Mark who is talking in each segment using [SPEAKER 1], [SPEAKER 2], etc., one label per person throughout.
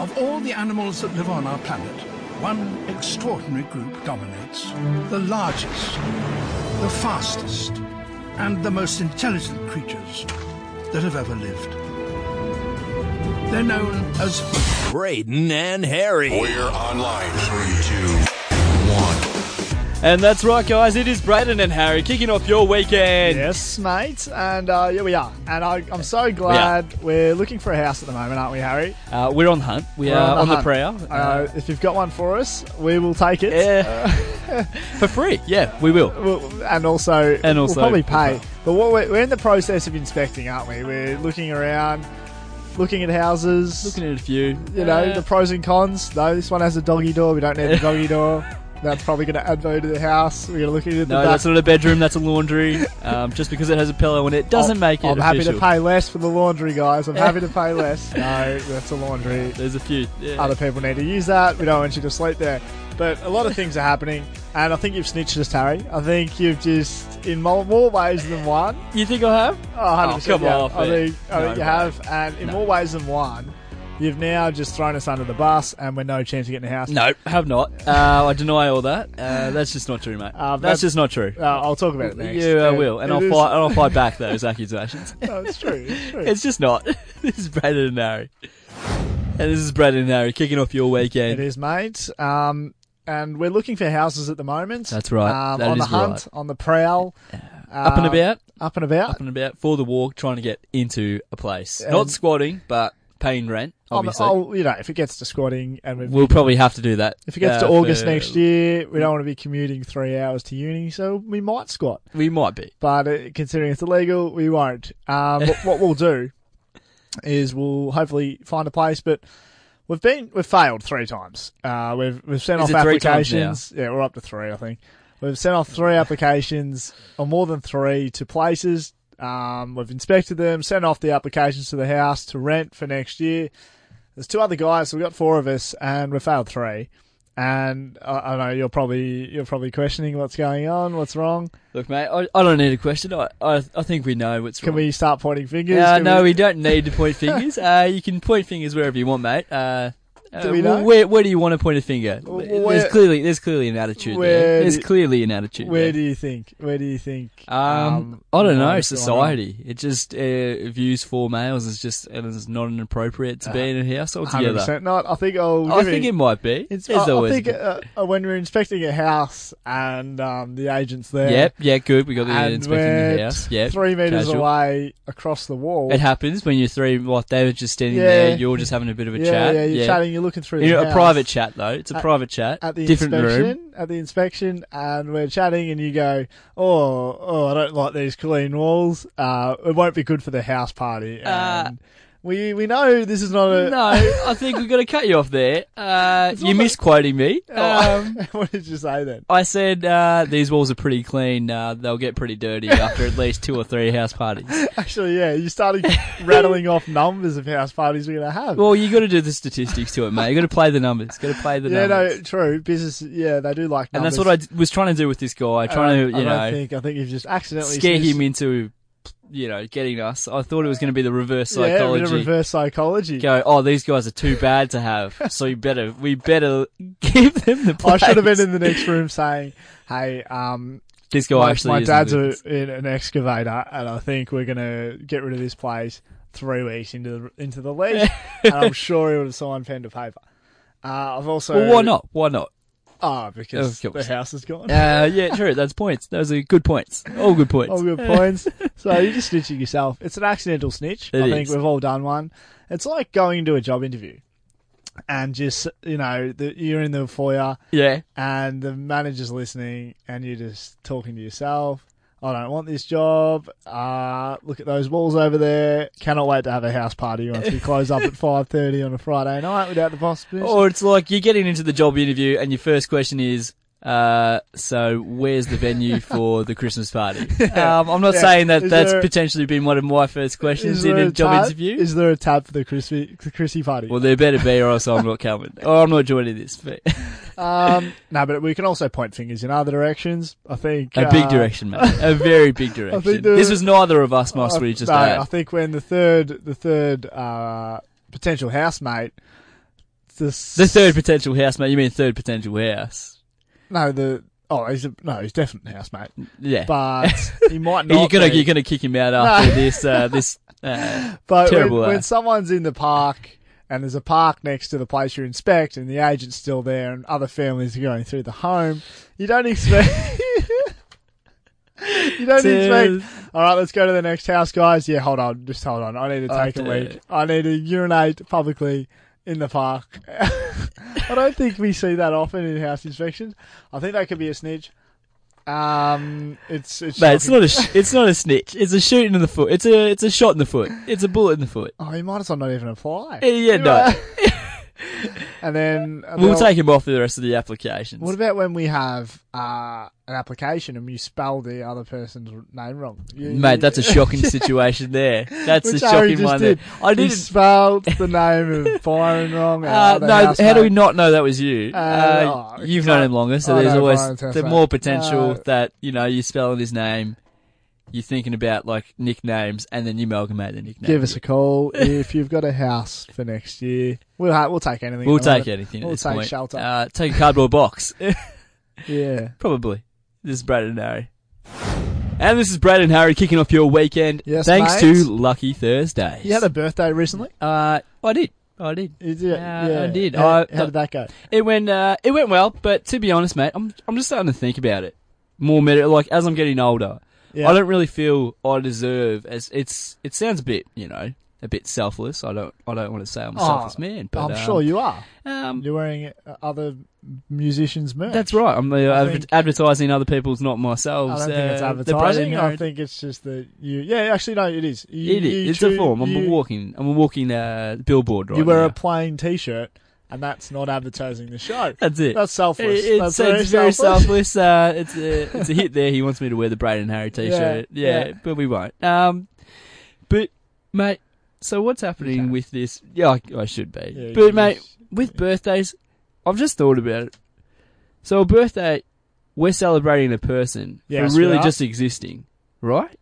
[SPEAKER 1] Of all the animals that live on our planet, one extraordinary group dominates. The largest, the fastest, and the most intelligent creatures that have ever lived. They're known as
[SPEAKER 2] Braden and Harry.
[SPEAKER 3] We're online. Three, two, one.
[SPEAKER 4] And that's right, guys. It is Braden and Harry kicking off your weekend.
[SPEAKER 5] Yes, mate. And uh, yeah, we are. And I, I'm so glad we're looking for a house at the moment, aren't we, Harry?
[SPEAKER 4] Uh, we're on the hunt. We
[SPEAKER 5] We're
[SPEAKER 4] are on the,
[SPEAKER 5] hunt.
[SPEAKER 4] prayer
[SPEAKER 5] Uh, if you've got one for us, we will take it.
[SPEAKER 4] yeah.
[SPEAKER 5] Uh.
[SPEAKER 4] for free. Yeah, we will.
[SPEAKER 5] We'll, and also,
[SPEAKER 4] And also-
[SPEAKER 5] we'll probably pay. But what we're, we're in the process of inspecting, aren't we? We're looking around, looking at houses,
[SPEAKER 4] Looking at a few.
[SPEAKER 5] you know,
[SPEAKER 4] Yeah.
[SPEAKER 5] the pros and cons. No, this one has a doggy door. We don't need the doggy door. That's probably going to add value to the house. We're going to look at it.
[SPEAKER 4] no, that's not a bedroom. That's a laundry. Um, just because it has a pillow in it doesn't make it.
[SPEAKER 5] Oh, I'm happy to
[SPEAKER 4] official.
[SPEAKER 5] pay less for the laundry, guys. I'm happy to pay less. No, that's a laundry.
[SPEAKER 4] There's a few. Yeah.
[SPEAKER 5] Other people need to use that. We don't want you to sleep there. But a lot of things are happening, and I think you've snitched us, Harry. I think you've just, in more, more ways than one,
[SPEAKER 4] You think I have?
[SPEAKER 5] oh, 100%,
[SPEAKER 4] come
[SPEAKER 5] yeah,
[SPEAKER 4] off
[SPEAKER 5] I
[SPEAKER 4] it.
[SPEAKER 5] think, I
[SPEAKER 4] No
[SPEAKER 5] think you
[SPEAKER 4] way.
[SPEAKER 5] have, and in more ways than one, you've now just thrown us under the bus, and we're no chance of getting a house.
[SPEAKER 4] No, have not. Uh, I deny all that. Uh, that's just not true, mate.
[SPEAKER 5] Uh,
[SPEAKER 4] that's
[SPEAKER 5] that-
[SPEAKER 4] just not true.
[SPEAKER 5] Uh, I'll talk about it next.
[SPEAKER 4] you uh,
[SPEAKER 5] It-
[SPEAKER 4] will, and
[SPEAKER 5] it
[SPEAKER 4] I'll
[SPEAKER 5] is-
[SPEAKER 4] fight. And I'll fight back those accusations.
[SPEAKER 5] No, it's true. It's true.
[SPEAKER 4] It's just not. this is Braden and Harry. And this is Braden and Harry kicking off your weekend.
[SPEAKER 5] It is, mate. Um, and we're looking for houses at the moment.
[SPEAKER 4] That's right.
[SPEAKER 5] Um,
[SPEAKER 4] That
[SPEAKER 5] on the
[SPEAKER 4] is
[SPEAKER 5] hunt,
[SPEAKER 4] right.
[SPEAKER 5] on the prowl.
[SPEAKER 4] Up and
[SPEAKER 5] Um,
[SPEAKER 4] about,
[SPEAKER 5] Up and about.
[SPEAKER 4] up and about for the walk, trying to get into a place.
[SPEAKER 5] And-
[SPEAKER 4] Not squatting, but paying rent.
[SPEAKER 5] Um,
[SPEAKER 4] Obviously,
[SPEAKER 5] I'll- you know, if it gets to squatting and we've,
[SPEAKER 4] we'll probably have to do that.
[SPEAKER 5] if it gets to
[SPEAKER 4] uh,
[SPEAKER 5] August
[SPEAKER 4] for- Mm.
[SPEAKER 5] next year, we don't want to be commuting three hours to uni, so we might squat.
[SPEAKER 4] we might be.
[SPEAKER 5] But uh, considering it's illegal, we won't. Um, what, what we'll do is we'll hopefully find a place, but. We've been we've failed three times. Uh, we've we've sent
[SPEAKER 4] Is
[SPEAKER 5] off
[SPEAKER 4] it three times
[SPEAKER 5] applications. Yeah, we're up to three, I think. We've sent off three applications, or more than three, to places. Um, we've inspected them, sent off the applications to the house to rent for next year. There's two other guys, so we've got four of us, and we failed three. And I, I know you're probably you're probably questioning what's going on, what's wrong.
[SPEAKER 4] Look, mate, I, I don't need a question. I, I, I think we know what's
[SPEAKER 5] Can
[SPEAKER 4] wrong.
[SPEAKER 5] we start pointing fingers?
[SPEAKER 4] Uh,
[SPEAKER 5] Can
[SPEAKER 4] no,
[SPEAKER 5] we-
[SPEAKER 4] we don't need to point fingers. Uh, you can point fingers wherever you want, mate. Uh, uh,
[SPEAKER 5] Do we
[SPEAKER 4] well,
[SPEAKER 5] know?
[SPEAKER 4] Where, where do you want to point a finger?
[SPEAKER 5] Well,
[SPEAKER 4] there's
[SPEAKER 5] where-
[SPEAKER 4] clearly there's clearly an attitude there.
[SPEAKER 5] Where
[SPEAKER 4] There's
[SPEAKER 5] do-
[SPEAKER 4] clearly an attitude.
[SPEAKER 5] Where
[SPEAKER 4] there.
[SPEAKER 5] do you think? Where do you think?
[SPEAKER 4] um, I don't
[SPEAKER 5] what
[SPEAKER 4] know.
[SPEAKER 5] is going on?
[SPEAKER 4] Society. It just uh, views for males as just and it's not inappropriate to be in a house
[SPEAKER 5] Uh, hundred
[SPEAKER 4] altogether.
[SPEAKER 5] percent not. I think I'll.
[SPEAKER 4] I
[SPEAKER 5] give
[SPEAKER 4] think
[SPEAKER 5] it-
[SPEAKER 4] it might be.
[SPEAKER 5] It's,
[SPEAKER 4] There's
[SPEAKER 5] I, I
[SPEAKER 4] always.
[SPEAKER 5] think uh, uh, when we're inspecting a house and um, the agents there.
[SPEAKER 4] yep. Yeah. Good. We got the
[SPEAKER 5] And
[SPEAKER 4] inspecting
[SPEAKER 5] we're
[SPEAKER 4] the house. Yep.
[SPEAKER 5] three meters
[SPEAKER 4] casual.
[SPEAKER 5] away across the wall.
[SPEAKER 4] It happens when you're three. What they were just standing
[SPEAKER 5] Yeah.
[SPEAKER 4] there. You're just having a bit of a
[SPEAKER 5] yeah,
[SPEAKER 4] chat.
[SPEAKER 5] yeah, you're chatting. You're looking through.
[SPEAKER 4] You
[SPEAKER 5] the
[SPEAKER 4] know, a
[SPEAKER 5] house
[SPEAKER 4] private chat though. It's a
[SPEAKER 5] At-
[SPEAKER 4] private chat.
[SPEAKER 5] at the
[SPEAKER 4] different
[SPEAKER 5] inspection.
[SPEAKER 4] room.
[SPEAKER 5] At the inspection, and we're chatting, and you go, "Oh, oh, I don't like these clean walls. Uh, it won't be good for the house party."
[SPEAKER 4] Uh,
[SPEAKER 5] And we we know this is not a.
[SPEAKER 4] No, I think we've got to cut you off there. Uh,
[SPEAKER 5] It's
[SPEAKER 4] you're
[SPEAKER 5] not
[SPEAKER 4] misquoting me.
[SPEAKER 5] Um, what did you say then?
[SPEAKER 4] I said uh, these walls are pretty clean. Uh, they'll get pretty dirty after at least two or three house parties.
[SPEAKER 5] Actually, yeah, you started rattling off numbers of house parties we're gonna have.
[SPEAKER 4] Well, you got to do the statistics to it, mate. You got to play the numbers. Got to play the
[SPEAKER 5] yeah,
[SPEAKER 4] numbers.
[SPEAKER 5] no, true. Business, yeah, they do like
[SPEAKER 4] and
[SPEAKER 5] numbers.
[SPEAKER 4] that's what I d- was trying to do with this guy.
[SPEAKER 5] I
[SPEAKER 4] Trying
[SPEAKER 5] don't-
[SPEAKER 4] to, you
[SPEAKER 5] I don't
[SPEAKER 4] know,
[SPEAKER 5] think I think you've just accidentally
[SPEAKER 4] scare
[SPEAKER 5] dismissed-
[SPEAKER 4] him into, you know, getting us. I thought it was going to be the reverse
[SPEAKER 5] Yeah, a bit
[SPEAKER 4] psychology.
[SPEAKER 5] of reverse psychology.
[SPEAKER 4] Go, oh, these guys are too bad to have. So you better, we better give them the.
[SPEAKER 5] I
[SPEAKER 4] Place.
[SPEAKER 5] should have been in the next room saying, "Hey, um,
[SPEAKER 4] This guy
[SPEAKER 5] my,
[SPEAKER 4] actually.
[SPEAKER 5] my
[SPEAKER 4] is a
[SPEAKER 5] dad's
[SPEAKER 4] bit-
[SPEAKER 5] a, in an excavator, and I think we're gonna get rid of this place three weeks into the, into the lease, and I'm sure he would have signed pen to paper." Uh, I've also
[SPEAKER 4] Well, why not? Why not?
[SPEAKER 5] Ah, because
[SPEAKER 4] Of
[SPEAKER 5] the
[SPEAKER 4] course.
[SPEAKER 5] house is gone.
[SPEAKER 4] Uh, yeah, true. That's points. Those are good points. All good points.
[SPEAKER 5] All good points. so you're just snitching yourself. It's an accidental snitch.
[SPEAKER 4] It
[SPEAKER 5] I think
[SPEAKER 4] is.
[SPEAKER 5] we've all done one. It's like going to a job interview and just, you know, the, you're in the foyer
[SPEAKER 4] Yeah.
[SPEAKER 5] and the manager's listening and you're just talking to yourself. I don't want this job. Uh, look at those walls over there. Cannot wait to have a house party once we close up at 5.30 on a Friday night without the boss. permission."
[SPEAKER 4] Or it's like you're getting into the job interview and your first question is, uh, so where's the venue for the Christmas party? Um, I'm not
[SPEAKER 5] Yeah.
[SPEAKER 4] saying that
[SPEAKER 5] Is
[SPEAKER 4] that's
[SPEAKER 5] there-
[SPEAKER 4] potentially been one of my first questions
[SPEAKER 5] Is
[SPEAKER 4] in
[SPEAKER 5] there
[SPEAKER 4] a job
[SPEAKER 5] tab-
[SPEAKER 4] interview.
[SPEAKER 5] Is there a tab for the Chrissy, the Chrissy party?
[SPEAKER 4] well, there better be, or else I'm not coming, or I'm not joining this. But
[SPEAKER 5] Um, no, but we can also point fingers in other directions. I think
[SPEAKER 4] a big
[SPEAKER 5] uh,
[SPEAKER 4] direction, mate. A very big direction.
[SPEAKER 5] there-
[SPEAKER 4] This was neither of us, must
[SPEAKER 5] I-
[SPEAKER 4] we? Just
[SPEAKER 5] no,
[SPEAKER 4] add.
[SPEAKER 5] I think when the third, the third uh, potential uh, housemate the s-
[SPEAKER 4] The third potential housemate. You mean third potential house?
[SPEAKER 5] No, the oh, he's a, no, he's definitely housemate,
[SPEAKER 4] Yeah.
[SPEAKER 5] but he might not.
[SPEAKER 4] you're gonna
[SPEAKER 5] be.
[SPEAKER 4] you're gonna kick him out after this uh, this. Uh,
[SPEAKER 5] But when,
[SPEAKER 4] Terrible
[SPEAKER 5] when
[SPEAKER 4] ass.
[SPEAKER 5] someone's in the park and there's a park next to the place you inspect and the agent's still there and other families are going through the home, you don't expect. you don't
[SPEAKER 4] Dude.
[SPEAKER 5] expect. All right, let's go to the next house, guys. Yeah, hold on. Just hold on. I need to take a
[SPEAKER 4] Okay.
[SPEAKER 5] leak. I need to urinate publicly in the park. I don't think we see that often in house inspections. I think that could be a snitch. Um, it's it's,
[SPEAKER 4] mate, it's
[SPEAKER 5] shocking.
[SPEAKER 4] not a sh- it's not a snitch. It's a shooting in the foot. It's a it's a shot in the foot. It's a bullet in the foot.
[SPEAKER 5] Oh, he might as well not even apply.
[SPEAKER 4] Eh, Yeah, no.
[SPEAKER 5] and then uh,
[SPEAKER 4] We'll
[SPEAKER 5] they'll-
[SPEAKER 4] take him off for the rest of the applications.
[SPEAKER 5] What about when we have uh, an application and you spell the other person's name wrong? You, you-
[SPEAKER 4] Mate, that's a shocking situation there. That's a
[SPEAKER 5] Which Harry
[SPEAKER 4] shocking
[SPEAKER 5] just
[SPEAKER 4] one
[SPEAKER 5] did.
[SPEAKER 4] there. I
[SPEAKER 5] He
[SPEAKER 4] didn't.
[SPEAKER 5] spelled the name of Byron wrong.
[SPEAKER 4] Uh,
[SPEAKER 5] and the
[SPEAKER 4] no,
[SPEAKER 5] housemate.
[SPEAKER 4] how do we not know that was you?
[SPEAKER 5] Uh,
[SPEAKER 4] Uh,
[SPEAKER 5] oh,
[SPEAKER 4] you've
[SPEAKER 5] I-
[SPEAKER 4] known him longer, so
[SPEAKER 5] I
[SPEAKER 4] there's
[SPEAKER 5] know
[SPEAKER 4] always
[SPEAKER 5] Brian's
[SPEAKER 4] the
[SPEAKER 5] housemate.
[SPEAKER 4] more potential
[SPEAKER 5] Uh,
[SPEAKER 4] that you know you're spelling his name, you're thinking about like nicknames, and then you amalgamate the nickname.
[SPEAKER 5] Give us a call if you've got a house for next year. We'll ha- we'll take anything.
[SPEAKER 4] We'll
[SPEAKER 5] at the
[SPEAKER 4] take anything.
[SPEAKER 5] We'll
[SPEAKER 4] at this
[SPEAKER 5] take
[SPEAKER 4] point.
[SPEAKER 5] shelter.
[SPEAKER 4] Uh, take a cardboard box,
[SPEAKER 5] moment. Yeah.
[SPEAKER 4] probably. This is Brad and Harry. And this is Brad and Harry kicking off your weekend.
[SPEAKER 5] Yes,
[SPEAKER 4] thanks
[SPEAKER 5] mate.
[SPEAKER 4] to Lucky Thursdays.
[SPEAKER 5] You had a birthday recently.
[SPEAKER 4] uh, I did. I did.
[SPEAKER 5] You did.
[SPEAKER 4] Yeah,
[SPEAKER 5] yeah.
[SPEAKER 4] I did.
[SPEAKER 5] How,
[SPEAKER 4] I-
[SPEAKER 5] how did that go?
[SPEAKER 4] It went uh, it went well, but to be honest, mate, I'm I'm just starting to think about it more. Meta, like as I'm getting older,
[SPEAKER 5] Yeah.
[SPEAKER 4] I don't really feel I deserve as it's it sounds a bit you know a bit selfless. I don't I don't want to say I'm a
[SPEAKER 5] Oh,
[SPEAKER 4] selfless man, but
[SPEAKER 5] I'm
[SPEAKER 4] um,
[SPEAKER 5] sure you are.
[SPEAKER 4] Um,
[SPEAKER 5] You're wearing uh, other musicians' merch.
[SPEAKER 4] that's right. I'm uh, adver-
[SPEAKER 5] think-
[SPEAKER 4] advertising other people's, not
[SPEAKER 5] I
[SPEAKER 4] myself.
[SPEAKER 5] don't think it's
[SPEAKER 4] uh, the brand
[SPEAKER 5] advertising. I
[SPEAKER 4] inherit-
[SPEAKER 5] think it's just that you. Yeah, actually, no, it is. You,
[SPEAKER 4] it is.
[SPEAKER 5] you
[SPEAKER 4] It's
[SPEAKER 5] choo-
[SPEAKER 4] a form. I'm
[SPEAKER 5] you,
[SPEAKER 4] a walking. I'm a walking uh, billboard right
[SPEAKER 5] You wear
[SPEAKER 4] now.
[SPEAKER 5] a plain T-shirt, and that's not advertising the show.
[SPEAKER 4] That's it.
[SPEAKER 5] That's selfless.
[SPEAKER 4] It- it's,
[SPEAKER 5] that's
[SPEAKER 4] it's very selfless. Uh, it's a it's a hit there. He wants me to wear the Braden Harry T-shirt.
[SPEAKER 5] Yeah,
[SPEAKER 4] Yeah,
[SPEAKER 5] yeah.
[SPEAKER 4] but we won't. Um, but mate, so what's happening
[SPEAKER 5] Okay.
[SPEAKER 4] with this? Yeah, I, I should be.
[SPEAKER 5] Yeah, you
[SPEAKER 4] but mate,
[SPEAKER 5] just-
[SPEAKER 4] with birthdays, I've just thought about it. So a birthday, we're celebrating a person
[SPEAKER 5] Yes,
[SPEAKER 4] for
[SPEAKER 5] we
[SPEAKER 4] really
[SPEAKER 5] are.
[SPEAKER 4] just existing, right?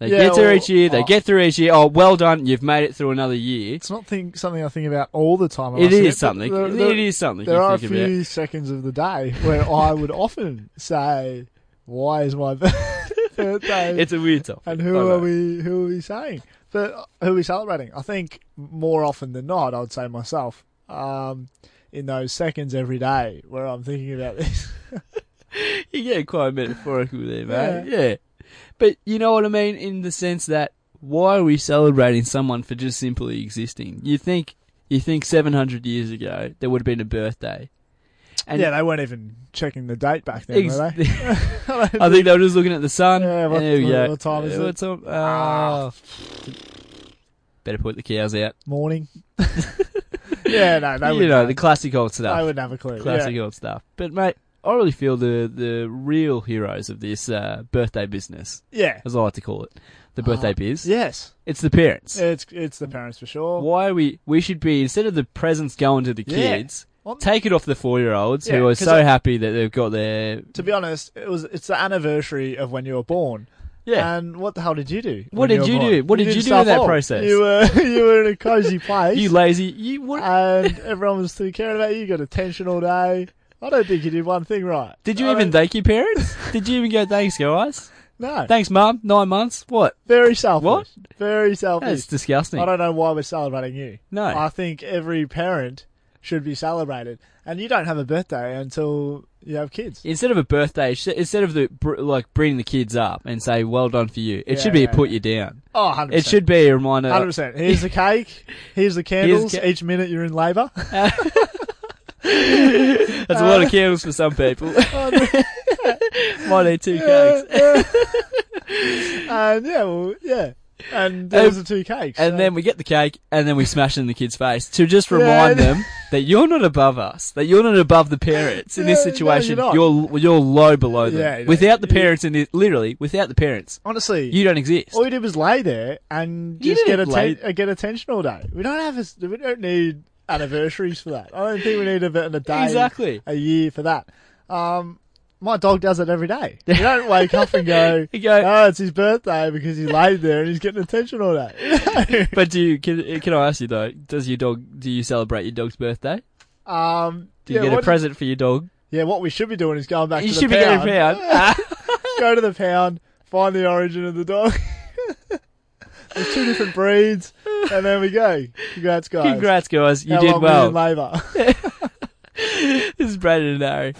[SPEAKER 4] They
[SPEAKER 5] Yeah,
[SPEAKER 4] get through
[SPEAKER 5] well,
[SPEAKER 4] each year. They
[SPEAKER 5] oh.
[SPEAKER 4] get through each year. Oh, well done! You've made it through another year.
[SPEAKER 5] It's not think, something I think about all the time. I
[SPEAKER 4] It
[SPEAKER 5] must admit,
[SPEAKER 4] is
[SPEAKER 5] but
[SPEAKER 4] something.
[SPEAKER 5] there- there-
[SPEAKER 4] it is something.
[SPEAKER 5] There
[SPEAKER 4] you
[SPEAKER 5] are a
[SPEAKER 4] think
[SPEAKER 5] few
[SPEAKER 4] about.
[SPEAKER 5] seconds of the day where I would often say, "Why is my birthday?"
[SPEAKER 4] It's a weird topic.
[SPEAKER 5] And
[SPEAKER 4] I
[SPEAKER 5] who
[SPEAKER 4] know.
[SPEAKER 5] are we? Who are we saying? But who are we celebrating? I think more often than not, I'd say myself. Um, in those seconds every day where I'm thinking about this.
[SPEAKER 4] you get quite metaphorical there, mate. Yeah. But you know what I mean in the sense that why are we celebrating someone for just simply existing? You think you think 700 years ago there would have been a birthday. And
[SPEAKER 5] yeah, they weren't even checking the date back then,
[SPEAKER 4] ex-
[SPEAKER 5] were they?
[SPEAKER 4] I think they were just looking at the sun.
[SPEAKER 5] Yeah, what-
[SPEAKER 4] and there we
[SPEAKER 5] what-
[SPEAKER 4] go.
[SPEAKER 5] what time is
[SPEAKER 4] Uh,
[SPEAKER 5] it?
[SPEAKER 4] what time-
[SPEAKER 5] Ah.
[SPEAKER 4] ah. Better put the cows out.
[SPEAKER 5] Morning. yeah, no, they
[SPEAKER 4] you
[SPEAKER 5] would.
[SPEAKER 4] know,
[SPEAKER 5] not
[SPEAKER 4] the classic old stuff.
[SPEAKER 5] they wouldn't have a clue.
[SPEAKER 4] classic old stuff. But mate, I really feel the the real heroes of this uh, birthday business,
[SPEAKER 5] Yeah. yeah.
[SPEAKER 4] as I like to call it, the
[SPEAKER 5] Uh-huh.
[SPEAKER 4] birthday biz.
[SPEAKER 5] Yes,
[SPEAKER 4] It's the parents.
[SPEAKER 5] it's it's the parents for sure.
[SPEAKER 4] Why we we should be instead of the presents going to the
[SPEAKER 5] Yeah.
[SPEAKER 4] kids,
[SPEAKER 5] Well,
[SPEAKER 4] take it off the four year olds
[SPEAKER 5] Yeah,
[SPEAKER 4] who are
[SPEAKER 5] 'cause
[SPEAKER 4] so
[SPEAKER 5] it-
[SPEAKER 4] happy that they've got their
[SPEAKER 5] to be honest, it was it's the anniversary of when you were born.
[SPEAKER 4] yeah.
[SPEAKER 5] And what the hell did you do?
[SPEAKER 4] What
[SPEAKER 5] when
[SPEAKER 4] did
[SPEAKER 5] were
[SPEAKER 4] you
[SPEAKER 5] born?
[SPEAKER 4] do? What did
[SPEAKER 5] did
[SPEAKER 4] you do
[SPEAKER 5] stuff
[SPEAKER 4] in that
[SPEAKER 5] all.
[SPEAKER 4] process?
[SPEAKER 5] You were you were in a cozy place.
[SPEAKER 4] you lazy. You what?
[SPEAKER 5] uh, and everyone was too caring about you. You got attention all day. I don't think you did one thing right.
[SPEAKER 4] did you
[SPEAKER 5] I
[SPEAKER 4] even
[SPEAKER 5] don't-
[SPEAKER 4] thank your parents? did you even go thanks guys?
[SPEAKER 5] No.
[SPEAKER 4] Thanks mum. Nine months. What?
[SPEAKER 5] Very selfish.
[SPEAKER 4] What?
[SPEAKER 5] Very
[SPEAKER 4] That's
[SPEAKER 5] selfish.
[SPEAKER 4] disgusting.
[SPEAKER 5] I don't know why we're celebrating you.
[SPEAKER 4] No.
[SPEAKER 5] I think every parent should be celebrated. And you don't have a birthday until you have kids.
[SPEAKER 4] Instead of a birthday, sh- instead of the br- like bringing the kids up and say well done for you, it
[SPEAKER 5] Yeah,
[SPEAKER 4] should be
[SPEAKER 5] yeah,
[SPEAKER 4] a put you down.
[SPEAKER 5] Oh, 100%.
[SPEAKER 4] It should be a reminder.
[SPEAKER 5] 100%. Here's the cake. Here's the candles.
[SPEAKER 4] ca-
[SPEAKER 5] Each minute you're in labour.
[SPEAKER 4] That's a lot of candles for some people. Might need two
[SPEAKER 5] Yeah,
[SPEAKER 4] cakes.
[SPEAKER 5] yeah. and yeah, well, yeah. And those are two cakes.
[SPEAKER 4] Um, And
[SPEAKER 5] so-
[SPEAKER 4] then we get the cake, and then we smash it in the kid's face to just remind
[SPEAKER 5] Yeah.
[SPEAKER 4] them that you're not above us, that you're not above the parents in this
[SPEAKER 5] Yeah, no,
[SPEAKER 4] situation.
[SPEAKER 5] you're not.
[SPEAKER 4] you're, you're low below them.
[SPEAKER 5] Yeah, yeah.
[SPEAKER 4] without the parents, in this, literally without the parents,
[SPEAKER 5] honestly,
[SPEAKER 4] you don't exist.
[SPEAKER 5] All you did was lay there and
[SPEAKER 4] You
[SPEAKER 5] just get,
[SPEAKER 4] didn't
[SPEAKER 5] atten- uh, get attention all day. We don't have a s we don't need anniversaries for that. I don't think we need a, bit- a day,
[SPEAKER 4] Exactly.
[SPEAKER 5] a year for that. Um, my dog does it every day. You don't wake up and go,
[SPEAKER 4] You go-
[SPEAKER 5] oh, it's his birthday because he laid there and he's getting attention all day.
[SPEAKER 4] But do you, can, can I ask you though? Does your dog? Do you celebrate your dog's birthday?
[SPEAKER 5] Um,
[SPEAKER 4] Do you
[SPEAKER 5] yeah,
[SPEAKER 4] get a
[SPEAKER 5] what-
[SPEAKER 4] present for your dog?
[SPEAKER 5] Yeah, what we should be doing is going back
[SPEAKER 4] You
[SPEAKER 5] to the
[SPEAKER 4] should be
[SPEAKER 5] pound.
[SPEAKER 4] getting proud.
[SPEAKER 5] Go to the pound, find the origin of the dog. There's two different breeds, and there we go. Congrats, guys.
[SPEAKER 4] Congrats, guys. You
[SPEAKER 5] How
[SPEAKER 4] did
[SPEAKER 5] long were
[SPEAKER 4] well.
[SPEAKER 5] in labour.
[SPEAKER 4] This is Brad and Harry.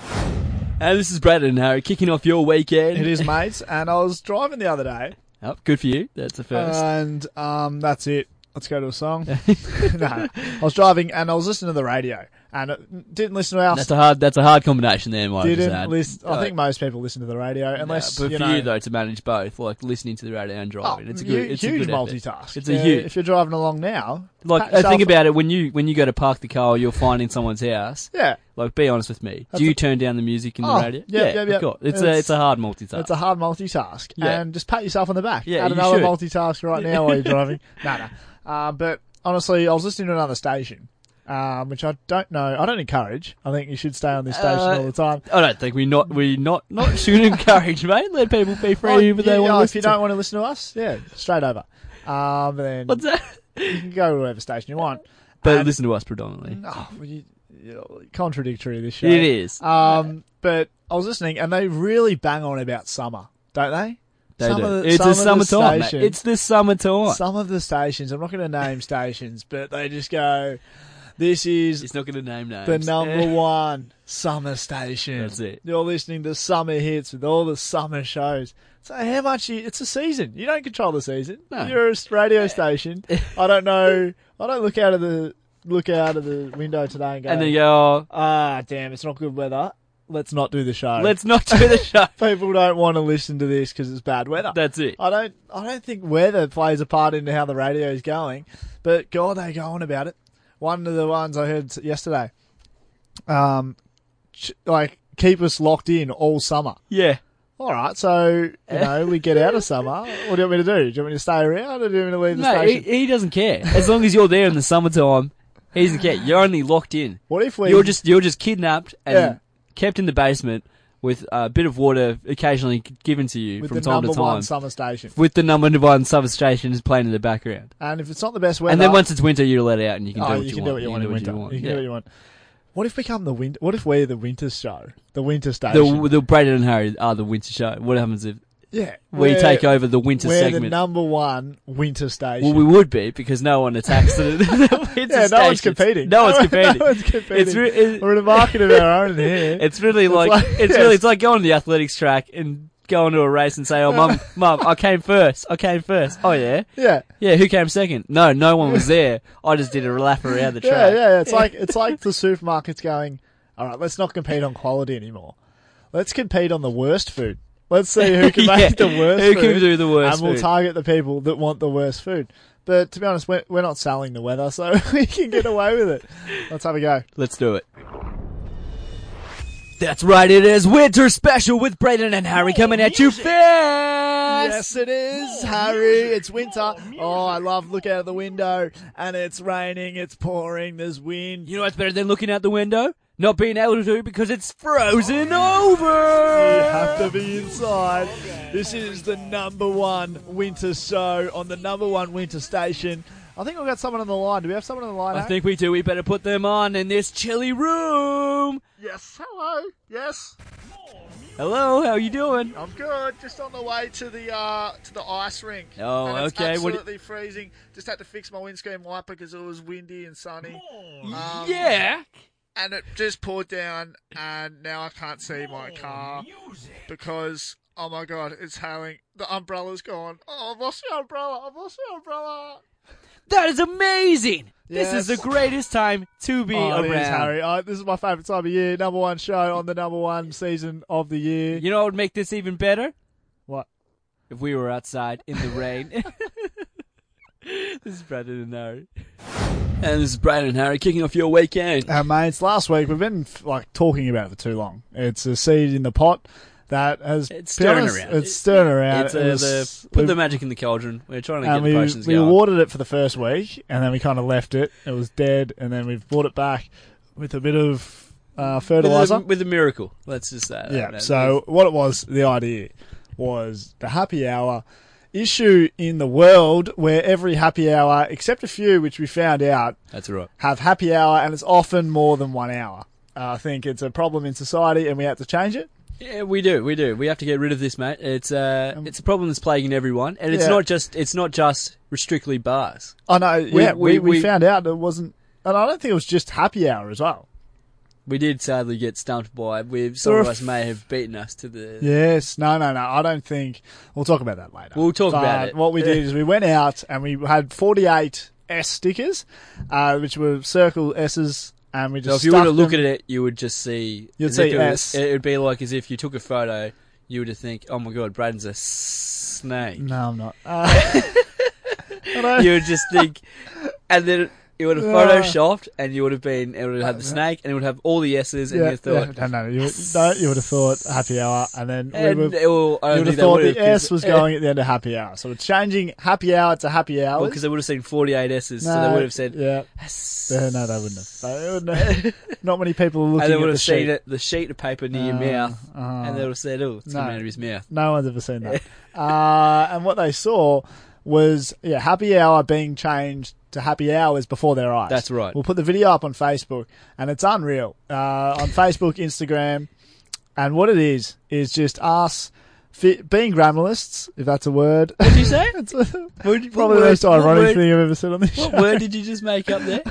[SPEAKER 4] And this is Brad and Harry kicking off your weekend.
[SPEAKER 5] it is, mates. And I was driving the other day,
[SPEAKER 4] Oh, good for you. That's the first.
[SPEAKER 5] and um, that's it. Let's go to a song. no, I was driving and I was listening to the radio, and it didn't listen to our.
[SPEAKER 4] that's a hard. That's a hard combination there, Mike.
[SPEAKER 5] didn't list. I think most people listen to the radio, unless
[SPEAKER 4] but
[SPEAKER 5] you
[SPEAKER 4] for
[SPEAKER 5] know.
[SPEAKER 4] you though to manage both, like listening to the radio and
[SPEAKER 5] Oh,
[SPEAKER 4] driving, it's a
[SPEAKER 5] hu-
[SPEAKER 4] good, it's a
[SPEAKER 5] huge
[SPEAKER 4] good effort.
[SPEAKER 5] multitask.
[SPEAKER 4] It's a
[SPEAKER 5] Yeah,
[SPEAKER 4] huge.
[SPEAKER 5] If you're driving along now, pat
[SPEAKER 4] Like, I
[SPEAKER 5] yourself-
[SPEAKER 4] think about it when you when you go to park the car, or you're finding someone's house.
[SPEAKER 5] Yeah,
[SPEAKER 4] Like, be honest with me.
[SPEAKER 5] That's
[SPEAKER 4] Do you
[SPEAKER 5] a-
[SPEAKER 4] turn down the music in the
[SPEAKER 5] Oh,
[SPEAKER 4] radio?
[SPEAKER 5] yeah, yeah,
[SPEAKER 4] of
[SPEAKER 5] yeah.
[SPEAKER 4] course. It's, a
[SPEAKER 5] It's-
[SPEAKER 4] it's a hard multitask.
[SPEAKER 5] it's a hard multitask,
[SPEAKER 4] Yeah.
[SPEAKER 5] and just pat yourself on the back.
[SPEAKER 4] Yeah,
[SPEAKER 5] Add
[SPEAKER 4] you
[SPEAKER 5] another
[SPEAKER 4] should.
[SPEAKER 5] multitask right now while you're driving. no, no. Uh, but honestly, I was listening to another station, um, which I don't know. I don't encourage. I think you should stay on this station
[SPEAKER 4] Uh,
[SPEAKER 5] all the time.
[SPEAKER 4] I don't think we not we not not should encourage, mate. Let people be free
[SPEAKER 5] Oh,
[SPEAKER 4] if they
[SPEAKER 5] yeah,
[SPEAKER 4] want to
[SPEAKER 5] oh, if
[SPEAKER 4] listen.
[SPEAKER 5] you
[SPEAKER 4] to-
[SPEAKER 5] don't want to listen to us, yeah, straight over. Um, then
[SPEAKER 4] What's that?
[SPEAKER 5] you can go to whatever station you want.
[SPEAKER 4] But
[SPEAKER 5] And-
[SPEAKER 4] listen to us predominantly.
[SPEAKER 5] Oh, well, you, you- contradictory this show.
[SPEAKER 4] It is.
[SPEAKER 5] Um, but I was listening, and they really bang on about summer, don't they?
[SPEAKER 4] They
[SPEAKER 5] some
[SPEAKER 4] do.
[SPEAKER 5] of the-
[SPEAKER 4] it's
[SPEAKER 5] some
[SPEAKER 4] a
[SPEAKER 5] of the
[SPEAKER 4] summertime. mate.
[SPEAKER 5] station-
[SPEAKER 4] It's the summertime.
[SPEAKER 5] Some of the stations, I'm not going to name stations, but they just go, "This is
[SPEAKER 4] it's not going to name names.
[SPEAKER 5] the number one summer station."
[SPEAKER 4] That's it.
[SPEAKER 5] You're listening to summer hits with all the summer shows. So how much? You, it's a season. You don't control the season.
[SPEAKER 4] No.
[SPEAKER 5] You're a s- radio station. I don't know. I don't look out of the look out of the window today and go.
[SPEAKER 4] And then you go,
[SPEAKER 5] ah, damn, it's not good weather. Let's not do the show.
[SPEAKER 4] oh, let's not do the show.
[SPEAKER 5] people don't want to listen to this because it's bad weather.
[SPEAKER 4] That's it.
[SPEAKER 5] I don't. I don't think weather plays a part into how the radio is going, but God, they go on about it. One of the ones I heard yesterday, um, ch- like keep us locked in all summer.
[SPEAKER 4] Yeah.
[SPEAKER 5] All right, so you know we get out of summer. What do you want me to do? Do you want me to stay around or do you want me to leave the
[SPEAKER 4] No, he,
[SPEAKER 5] station?
[SPEAKER 4] he doesn't care. As long as you're there in the summertime, he doesn't care. You're only locked in.
[SPEAKER 5] what if we?
[SPEAKER 4] You're just you're just kidnapped and
[SPEAKER 5] Yeah.
[SPEAKER 4] kept in the basement with a bit of water occasionally given to you
[SPEAKER 5] with
[SPEAKER 4] from
[SPEAKER 5] the
[SPEAKER 4] time
[SPEAKER 5] number
[SPEAKER 4] to
[SPEAKER 5] one
[SPEAKER 4] time.
[SPEAKER 5] summer station,
[SPEAKER 4] with the number one substation is playing in the background.
[SPEAKER 5] and if it's not the best weather,
[SPEAKER 4] And then once it's winter, you're let out and you can do
[SPEAKER 5] uh, oh,
[SPEAKER 4] what
[SPEAKER 5] you
[SPEAKER 4] you
[SPEAKER 5] can
[SPEAKER 4] want.
[SPEAKER 5] do what you want in winter. You can
[SPEAKER 4] Yeah.
[SPEAKER 5] do what you want. What if we come the winter? What if we're the winter show? The winter station.
[SPEAKER 4] The, the Braden and Harry are the winter show. What happens if
[SPEAKER 5] yeah,
[SPEAKER 4] we
[SPEAKER 5] we're-
[SPEAKER 4] take over the winter
[SPEAKER 5] We're
[SPEAKER 4] segment?
[SPEAKER 5] the number one winter station.
[SPEAKER 4] well, we would be because no one attacks the, the winter
[SPEAKER 5] yeah, no
[SPEAKER 4] stations.
[SPEAKER 5] one's competing.
[SPEAKER 4] No one's competing.
[SPEAKER 5] no one's competing.
[SPEAKER 4] It's re- it-
[SPEAKER 5] We're in a market of our own here.
[SPEAKER 4] It's really like,
[SPEAKER 5] like-
[SPEAKER 4] it's really it's like going to the athletics track and going to a race and say, "Oh, mum, mum, I came first. I came first. Oh yeah,
[SPEAKER 5] yeah.
[SPEAKER 4] yeah. Who came second? No, no one was there. I just did a lap around the
[SPEAKER 5] Yeah,
[SPEAKER 4] track.
[SPEAKER 5] yeah, it's like it's like the supermarket's going. All right, let's not compete on quality anymore. Let's compete on the worst food. Let's see who can
[SPEAKER 4] Yeah,
[SPEAKER 5] make the worst.
[SPEAKER 4] who
[SPEAKER 5] food,
[SPEAKER 4] can do the worst
[SPEAKER 5] and we'll
[SPEAKER 4] food.
[SPEAKER 5] target the people that want the worst food. But to be honest, we're, we're not selling the weather, so we can get away with it. Let's have a go.
[SPEAKER 4] Let's do it. That's right. It is winter special with Braden and Harry coming at you fast.
[SPEAKER 5] Yes, it is, Harry. It's winter. Oh, I love look out of the window and it's raining, it's pouring, there's wind.
[SPEAKER 4] You know what's better than looking out the window? Not being able to because it's frozen
[SPEAKER 5] Oh, You
[SPEAKER 4] over.
[SPEAKER 5] have to be inside. This is the number one winter show on the number one winter station. I think we've got someone on the line. Do we have someone on the line? eh?
[SPEAKER 4] I
[SPEAKER 5] Harry?
[SPEAKER 4] think we do. We better put them on in this chilly room.
[SPEAKER 5] Yes. Hello. Yes.
[SPEAKER 4] Hello, how you doing?
[SPEAKER 5] I'm good. Just on the way to the uh, to the ice rink.
[SPEAKER 4] Oh,
[SPEAKER 5] and it's
[SPEAKER 4] okay, what do-
[SPEAKER 5] Absolutely freezing. Just had to fix my windscreen wiper because it was windy and sunny. Um,
[SPEAKER 4] yeah.
[SPEAKER 5] and it just poured down, and now I can't see my car because oh my god, it's hailing. The umbrella's gone. Oh, I've lost my umbrella. I've lost my umbrella.
[SPEAKER 4] That is amazing. This is
[SPEAKER 5] Yes.
[SPEAKER 4] the greatest time to be
[SPEAKER 5] Oh, it
[SPEAKER 4] around.
[SPEAKER 5] is, Harry. Oh, this is my favourite time of year. Number one show on the number one season of the year.
[SPEAKER 4] You know what would make this even better?
[SPEAKER 5] What?
[SPEAKER 4] If we were outside in the rain. this is Brandon and Harry. And this is Brandon and Harry kicking off your weekend.
[SPEAKER 5] Our mates, Uh, last week we've been f- like talking about it for too long. It's a seed in the pot that has
[SPEAKER 4] It's
[SPEAKER 5] to be
[SPEAKER 4] stirring
[SPEAKER 5] honest,
[SPEAKER 4] around.
[SPEAKER 5] It's stirring around.
[SPEAKER 4] It's,
[SPEAKER 5] It
[SPEAKER 4] uh,
[SPEAKER 5] was-
[SPEAKER 4] the, put
[SPEAKER 5] we've-
[SPEAKER 4] the magic in the cauldron. We're trying to get
[SPEAKER 5] and
[SPEAKER 4] the
[SPEAKER 5] we,
[SPEAKER 4] potions
[SPEAKER 5] we
[SPEAKER 4] going.
[SPEAKER 5] awarded it for the first week, and then we kind of left it. It was dead, and then we've brought it back with a bit of uh,
[SPEAKER 4] with,
[SPEAKER 5] fertilizer.
[SPEAKER 4] a, with a miracle. Let's just say that.
[SPEAKER 5] yeah.
[SPEAKER 4] man.
[SPEAKER 5] So what it was, the idea was the happy hour issue in the world where every happy hour, except a few, which we found out,
[SPEAKER 4] That's right.
[SPEAKER 5] have happy hour and it's often more than one hour. Uh, I think it's a problem in society and we have to change it.
[SPEAKER 4] Yeah, we do, we do. We have to get rid of this, mate. It's uh, it's a problem that's plaguing everyone, and it's
[SPEAKER 5] Um, Yeah.
[SPEAKER 4] not just it's not just strictly bars.
[SPEAKER 5] I know, Oh, yeah, we,
[SPEAKER 4] we-
[SPEAKER 5] we,
[SPEAKER 4] we-
[SPEAKER 5] found out it wasn't, and I don't think it was just happy hour as well.
[SPEAKER 4] We did sadly get stumped by. We some
[SPEAKER 5] There
[SPEAKER 4] of
[SPEAKER 5] are
[SPEAKER 4] us may have beaten us to the.
[SPEAKER 5] Yes, no, no, no. I don't think we'll talk about that later.
[SPEAKER 4] We'll talk about
[SPEAKER 5] But
[SPEAKER 4] it.
[SPEAKER 5] What we did is we went out and we had forty-eight S stickers, uh, which were circle S's, and we just.
[SPEAKER 4] So if you were to
[SPEAKER 5] stuck
[SPEAKER 4] look
[SPEAKER 5] them-
[SPEAKER 4] at it, you would just see.
[SPEAKER 5] You'd
[SPEAKER 4] as
[SPEAKER 5] see
[SPEAKER 4] if it was-
[SPEAKER 5] S.
[SPEAKER 4] It would be like as if you took a photo. You would think, oh my god, Braden's a snake.
[SPEAKER 5] no, I'm not. Uh, I don't-
[SPEAKER 4] you would just think, and then you would have
[SPEAKER 5] Yeah.
[SPEAKER 4] photoshopped, and you would have been, it would have had the snake, and it would have all the S's, and
[SPEAKER 5] yeah,
[SPEAKER 4] you thought,
[SPEAKER 5] yeah, no, no, you, would- no, you would have thought happy hour, and then we
[SPEAKER 4] and uh,
[SPEAKER 5] were,
[SPEAKER 4] it will
[SPEAKER 5] you would
[SPEAKER 4] only
[SPEAKER 5] have
[SPEAKER 4] they
[SPEAKER 5] thought
[SPEAKER 4] would
[SPEAKER 5] the
[SPEAKER 4] have-
[SPEAKER 5] S was going at the end of happy hour, so we're changing happy hour to happy hour.
[SPEAKER 4] Well, because Oh, they would have seen 48 S's, so they would have said,
[SPEAKER 5] yeah. Yeah, no, they wouldn't have. They wouldn't have. Not many people are looking
[SPEAKER 4] and they would
[SPEAKER 5] at the
[SPEAKER 4] have seen
[SPEAKER 5] sheet.
[SPEAKER 4] it, the sheet of paper near your
[SPEAKER 5] Uh,
[SPEAKER 4] mouth,
[SPEAKER 5] uh.
[SPEAKER 4] and they would have said, oh, it's coming
[SPEAKER 5] No.
[SPEAKER 4] out of his mouth.
[SPEAKER 5] No one's ever seen that. uh, and what they saw was yeah, happy hour being changed to happy hours before their eyes.
[SPEAKER 4] That's right.
[SPEAKER 5] We'll put the video up on Facebook, and it's unreal. Uh, on Facebook, Instagram, and what it is is just us fi- being grammarlists, if that's a word.
[SPEAKER 4] Did you say?
[SPEAKER 5] it's
[SPEAKER 4] Would you-
[SPEAKER 5] probably
[SPEAKER 4] what
[SPEAKER 5] the most
[SPEAKER 4] word-
[SPEAKER 5] ironic
[SPEAKER 4] what word-
[SPEAKER 5] thing I've ever said on this
[SPEAKER 4] What
[SPEAKER 5] show.
[SPEAKER 4] word did you just make up there?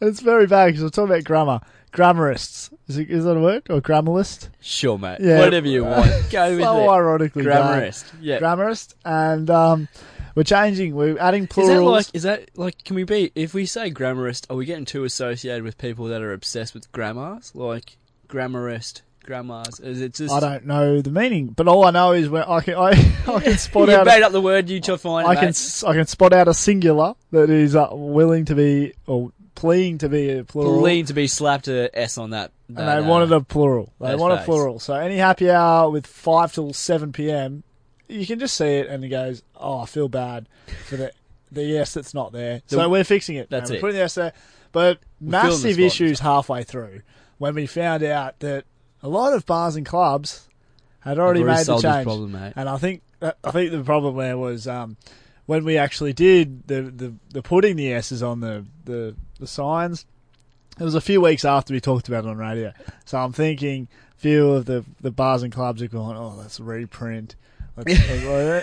[SPEAKER 5] It's very bad because we're talking about grammar. Grammarists. Is, it, is that a word? Or grammarist?
[SPEAKER 4] Sure, mate.
[SPEAKER 5] Yeah.
[SPEAKER 4] Whatever you want. Go with
[SPEAKER 5] Uh, so
[SPEAKER 4] it.
[SPEAKER 5] ironically done.
[SPEAKER 4] Grammarist. Yeah.
[SPEAKER 5] grammarist, and um, we're changing. We're adding
[SPEAKER 4] Is that
[SPEAKER 5] plurals.
[SPEAKER 4] like? Is that like? Can we be? If we say grammarist, are we getting too associated with people that are obsessed with grammars? Like grammarist, grammars? Is it just?
[SPEAKER 5] I don't know the meaning, but all I know is when I can I, I can spot
[SPEAKER 4] you
[SPEAKER 5] out.
[SPEAKER 4] made up the word. You try find.
[SPEAKER 5] I
[SPEAKER 4] it,
[SPEAKER 5] can
[SPEAKER 4] mate.
[SPEAKER 5] s- I can spot out a singular that is uh, willing to be or pleading to be a plural.
[SPEAKER 4] lean to be slapped a S on that. uh,
[SPEAKER 5] And they wanted a plural. They
[SPEAKER 4] That's
[SPEAKER 5] want a
[SPEAKER 4] facts.
[SPEAKER 5] plural. So any happy hour with five till seven p.m., you can just see it and it goes, "Oh, I feel bad for the the yes that's not there." So
[SPEAKER 4] The-
[SPEAKER 5] we're fixing it.
[SPEAKER 4] that's
[SPEAKER 5] And we're
[SPEAKER 4] it.
[SPEAKER 5] Putting the yes there,
[SPEAKER 4] filling
[SPEAKER 5] but
[SPEAKER 4] the
[SPEAKER 5] massive
[SPEAKER 4] spot.
[SPEAKER 5] issues halfway through when we found out that a lot of bars and clubs had already,
[SPEAKER 4] already
[SPEAKER 5] made the
[SPEAKER 4] solved this
[SPEAKER 5] change.
[SPEAKER 4] problem, mate.
[SPEAKER 5] And I think that, I think the problem there was um, when we actually did the, the, the putting the S's on the, the, the signs. It was a few weeks after we talked about it on radio, so I'm thinking few of the, the bars and clubs are going, oh, let's reprint. Let's,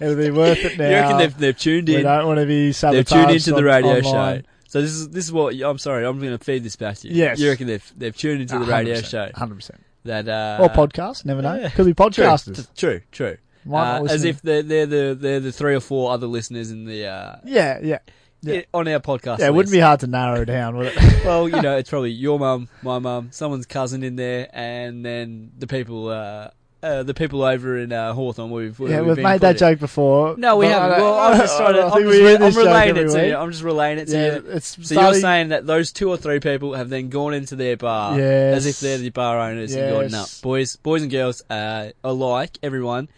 [SPEAKER 5] it'll be worth it now.
[SPEAKER 4] You reckon they've, they've tuned
[SPEAKER 5] we
[SPEAKER 4] in?
[SPEAKER 5] don't want to be
[SPEAKER 4] They've
[SPEAKER 5] sabotaged.
[SPEAKER 4] tuned into
[SPEAKER 5] on-
[SPEAKER 4] the radio
[SPEAKER 5] online.
[SPEAKER 4] show. So this is this is what I'm sorry. I'm going to feed this back to you.
[SPEAKER 5] Yes.
[SPEAKER 4] You reckon they've they've tuned into the radio show
[SPEAKER 5] 100 percent
[SPEAKER 4] that uh,
[SPEAKER 5] or podcast. Never know.
[SPEAKER 4] yeah.
[SPEAKER 5] Could be
[SPEAKER 4] True,
[SPEAKER 5] podcasters.
[SPEAKER 4] true, true.
[SPEAKER 5] Why not
[SPEAKER 4] Uh, as
[SPEAKER 5] listening?
[SPEAKER 4] if they're, they're the they're the three or four other listeners in the uh,
[SPEAKER 5] Yeah, yeah,
[SPEAKER 4] i- on our podcast.
[SPEAKER 5] yeah. It wouldn't be
[SPEAKER 4] list.
[SPEAKER 5] hard to narrow down, would it?
[SPEAKER 4] well, you know, it's probably your mum, my mum, someone's cousin in there, and then the people uh, uh, the people over in uh, Hawthorne. We've,
[SPEAKER 5] yeah,
[SPEAKER 4] we've
[SPEAKER 5] we've
[SPEAKER 4] been
[SPEAKER 5] made that
[SPEAKER 4] put in.
[SPEAKER 5] joke before.
[SPEAKER 4] No, we
[SPEAKER 5] but I
[SPEAKER 4] haven't.
[SPEAKER 5] don't-
[SPEAKER 4] Well, I'm just trying to.
[SPEAKER 5] I
[SPEAKER 4] I'm,
[SPEAKER 5] think
[SPEAKER 4] just,
[SPEAKER 5] we hear
[SPEAKER 4] re- I'm
[SPEAKER 5] this joke
[SPEAKER 4] relaying it
[SPEAKER 5] every
[SPEAKER 4] to
[SPEAKER 5] week.
[SPEAKER 4] you. I'm just relaying it to
[SPEAKER 5] Yeah,
[SPEAKER 4] you.
[SPEAKER 5] it's
[SPEAKER 4] so
[SPEAKER 5] starting-
[SPEAKER 4] you're saying that those two or three people have then gone into their bar
[SPEAKER 5] Yes.
[SPEAKER 4] as if they're the bar owners and gone,
[SPEAKER 5] Yes.
[SPEAKER 4] no, boys, boys and girls uh, alike, everyone.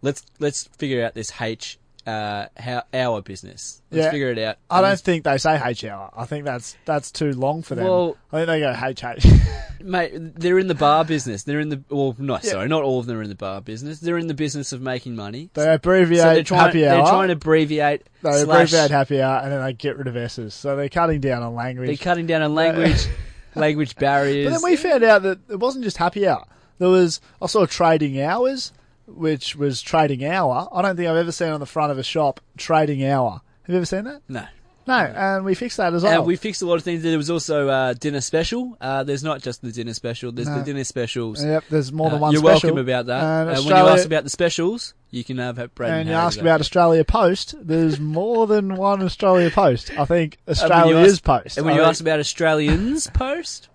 [SPEAKER 4] Let's let's figure out this H uh, how our business. Let's
[SPEAKER 5] Yeah.
[SPEAKER 4] figure it out.
[SPEAKER 5] I
[SPEAKER 4] And
[SPEAKER 5] don't think they say H hour. I think that's that's too long for them.
[SPEAKER 4] Well-
[SPEAKER 5] I think they go H H.
[SPEAKER 4] Mate, they're in the bar business. They're in the well, no,
[SPEAKER 5] Yeah.
[SPEAKER 4] sorry, not all of them are in the bar business. They're in the business of making money.
[SPEAKER 5] They abbreviate
[SPEAKER 4] so they're trying.
[SPEAKER 5] happy hour.
[SPEAKER 4] They're trying to abbreviate.
[SPEAKER 5] they
[SPEAKER 4] slash-
[SPEAKER 5] abbreviate happy hour and then they get rid of S's. So they're cutting down on
[SPEAKER 4] They're
[SPEAKER 5] language.
[SPEAKER 4] cutting down on language, language barriers.
[SPEAKER 5] but then we found out that it wasn't just happy hour. There was I saw trading hours, which was trading hour. I don't think I've ever seen on the front of a shop trading hour. Have you ever seen that?
[SPEAKER 4] no.
[SPEAKER 5] No, and we fixed that as well.
[SPEAKER 4] And we fixed a lot of things. There was also uh, dinner special. Uh, there's not just the dinner special. There's the dinner specials.
[SPEAKER 5] Yep, there's more
[SPEAKER 4] Uh,
[SPEAKER 5] than one
[SPEAKER 4] you're
[SPEAKER 5] special.
[SPEAKER 4] welcome about that.
[SPEAKER 5] And
[SPEAKER 4] Uh, when you
[SPEAKER 5] Australia-
[SPEAKER 4] ask about the specials, you can have it, Brad.
[SPEAKER 5] and you ask about Australia Post, there's more than one Australia Post. I think Australia is Post.
[SPEAKER 4] And when
[SPEAKER 5] I
[SPEAKER 4] you
[SPEAKER 5] think-
[SPEAKER 4] ask about Australians Post,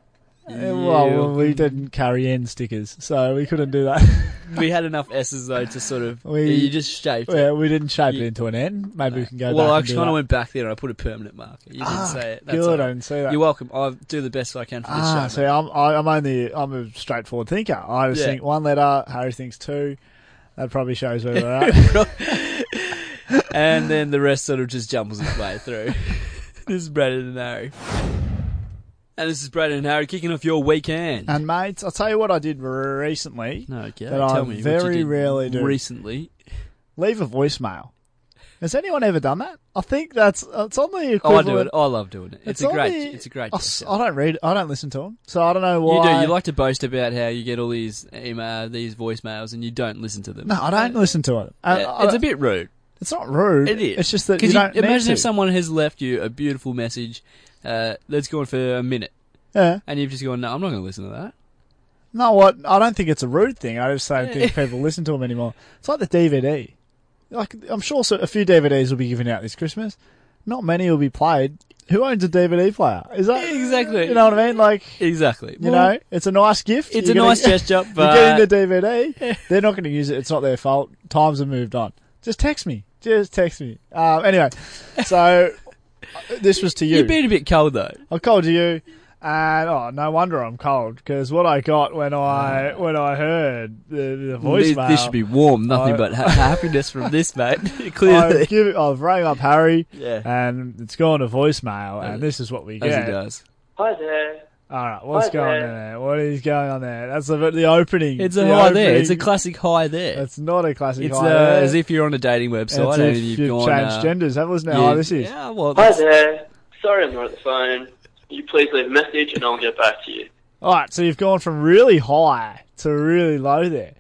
[SPEAKER 5] Eh, well, we didn't carry in stickers, so we couldn't do that.
[SPEAKER 4] we had enough S's though to sort of
[SPEAKER 5] We-
[SPEAKER 4] you just shaped. it.
[SPEAKER 5] yeah, we didn't shape
[SPEAKER 4] You-
[SPEAKER 5] it into an N. Maybe we can go
[SPEAKER 4] well, I
[SPEAKER 5] back. and do
[SPEAKER 4] kind of
[SPEAKER 5] that.
[SPEAKER 4] went back there and I put a permanent marker. You didn't
[SPEAKER 5] Ah,
[SPEAKER 4] say it. That's all
[SPEAKER 5] Good, I
[SPEAKER 4] right.
[SPEAKER 5] didn't see that.
[SPEAKER 4] You're welcome. I'll do the best I can for this
[SPEAKER 5] ah,
[SPEAKER 4] show.
[SPEAKER 5] see,
[SPEAKER 4] mate.
[SPEAKER 5] I'm I- I'm only I'm a straightforward thinker. I just
[SPEAKER 4] Yeah.
[SPEAKER 5] think one letter. Harry thinks two. That probably shows where we're at.
[SPEAKER 4] and then the rest sort of just jumbles its way through. this is Braden and Harry. And this is Braden and Harry kicking off your weekend.
[SPEAKER 5] and mates, I'll tell you what I did recently.
[SPEAKER 4] no, okay,
[SPEAKER 5] that
[SPEAKER 4] tell
[SPEAKER 5] I
[SPEAKER 4] me. what you
[SPEAKER 5] very
[SPEAKER 4] did
[SPEAKER 5] rarely do.
[SPEAKER 4] Recently.
[SPEAKER 5] leave a voicemail. Has anyone ever done that? I think that's it's on the
[SPEAKER 4] Oh, I
[SPEAKER 5] equivalent.
[SPEAKER 4] do it. I love doing it. It's, a
[SPEAKER 5] on
[SPEAKER 4] great.
[SPEAKER 5] the-
[SPEAKER 4] It's a great.
[SPEAKER 5] I,
[SPEAKER 4] job,
[SPEAKER 5] s-
[SPEAKER 4] Sal.
[SPEAKER 5] I don't read. I don't listen to them, so I don't know
[SPEAKER 4] You
[SPEAKER 5] why.
[SPEAKER 4] do. You like to boast about how you get all these email, these voicemails, and you don't listen to them.
[SPEAKER 5] No, I don't listen to it. I-
[SPEAKER 4] Yeah,
[SPEAKER 5] I-
[SPEAKER 4] it's a bit rude.
[SPEAKER 5] It's not rude.
[SPEAKER 4] It is.
[SPEAKER 5] It's just that you,
[SPEAKER 4] Because
[SPEAKER 5] don't need
[SPEAKER 4] imagine if
[SPEAKER 5] to.
[SPEAKER 4] someone has left you a beautiful message. Uh, let's go on for a minute,
[SPEAKER 5] Yeah.
[SPEAKER 4] and you've just gone. No, I'm not going to listen to that.
[SPEAKER 5] No, what? I don't think it's a rude thing. I just don't think people listen to them anymore. It's like the DVD. Like I'm sure so, a few DVDs will be given out this Christmas. Not many will be played. Who owns a DVD player? Is that
[SPEAKER 4] Exactly.
[SPEAKER 5] You know what I mean? Like
[SPEAKER 4] Exactly.
[SPEAKER 5] you
[SPEAKER 4] Well,
[SPEAKER 5] know, it's a nice gift.
[SPEAKER 4] it's
[SPEAKER 5] You're
[SPEAKER 4] a
[SPEAKER 5] gonna-
[SPEAKER 4] nice gesture, but
[SPEAKER 5] you're getting the DVD. They're not going to use it. It's not their fault. Times have moved on. Just text me. Just text me. Um, anyway, so uh, this was to you.
[SPEAKER 4] you've been a bit cold though.
[SPEAKER 5] I called you, and oh, no wonder I'm cold because what I got when I when I heard the, the
[SPEAKER 4] Ah. This,
[SPEAKER 5] voicemail.
[SPEAKER 4] this should be warm. Nothing
[SPEAKER 5] I-
[SPEAKER 4] but ha- happiness from this, mate.
[SPEAKER 5] I've,
[SPEAKER 4] Clearly.
[SPEAKER 5] given, I've rang up Harry,
[SPEAKER 4] Yeah.
[SPEAKER 5] and it's gone to voicemail, and this is what we
[SPEAKER 4] As he
[SPEAKER 5] get.
[SPEAKER 4] does.
[SPEAKER 6] Hi there.
[SPEAKER 5] All right, what's
[SPEAKER 6] Hi
[SPEAKER 5] going
[SPEAKER 6] there.
[SPEAKER 5] on there? What is going on there? That's the, the opening.
[SPEAKER 4] It's a
[SPEAKER 5] The
[SPEAKER 4] high there. It's a
[SPEAKER 5] opening.
[SPEAKER 4] classic high there.
[SPEAKER 5] It's not a classic.
[SPEAKER 4] It's uh,
[SPEAKER 5] hi there.
[SPEAKER 4] as if you're on a dating website
[SPEAKER 5] That's
[SPEAKER 4] and
[SPEAKER 5] if
[SPEAKER 4] you've,
[SPEAKER 5] you've
[SPEAKER 4] gone.
[SPEAKER 5] changed
[SPEAKER 4] uh,
[SPEAKER 5] genders. Have a listen to
[SPEAKER 4] you-
[SPEAKER 5] how Oh, this is.
[SPEAKER 4] Yeah, well,
[SPEAKER 6] Hi
[SPEAKER 4] that's-
[SPEAKER 6] there. Sorry I'm not at the phone. Can you please leave a message and I'll get back to you?
[SPEAKER 5] All right, so you've gone from really high to really low there.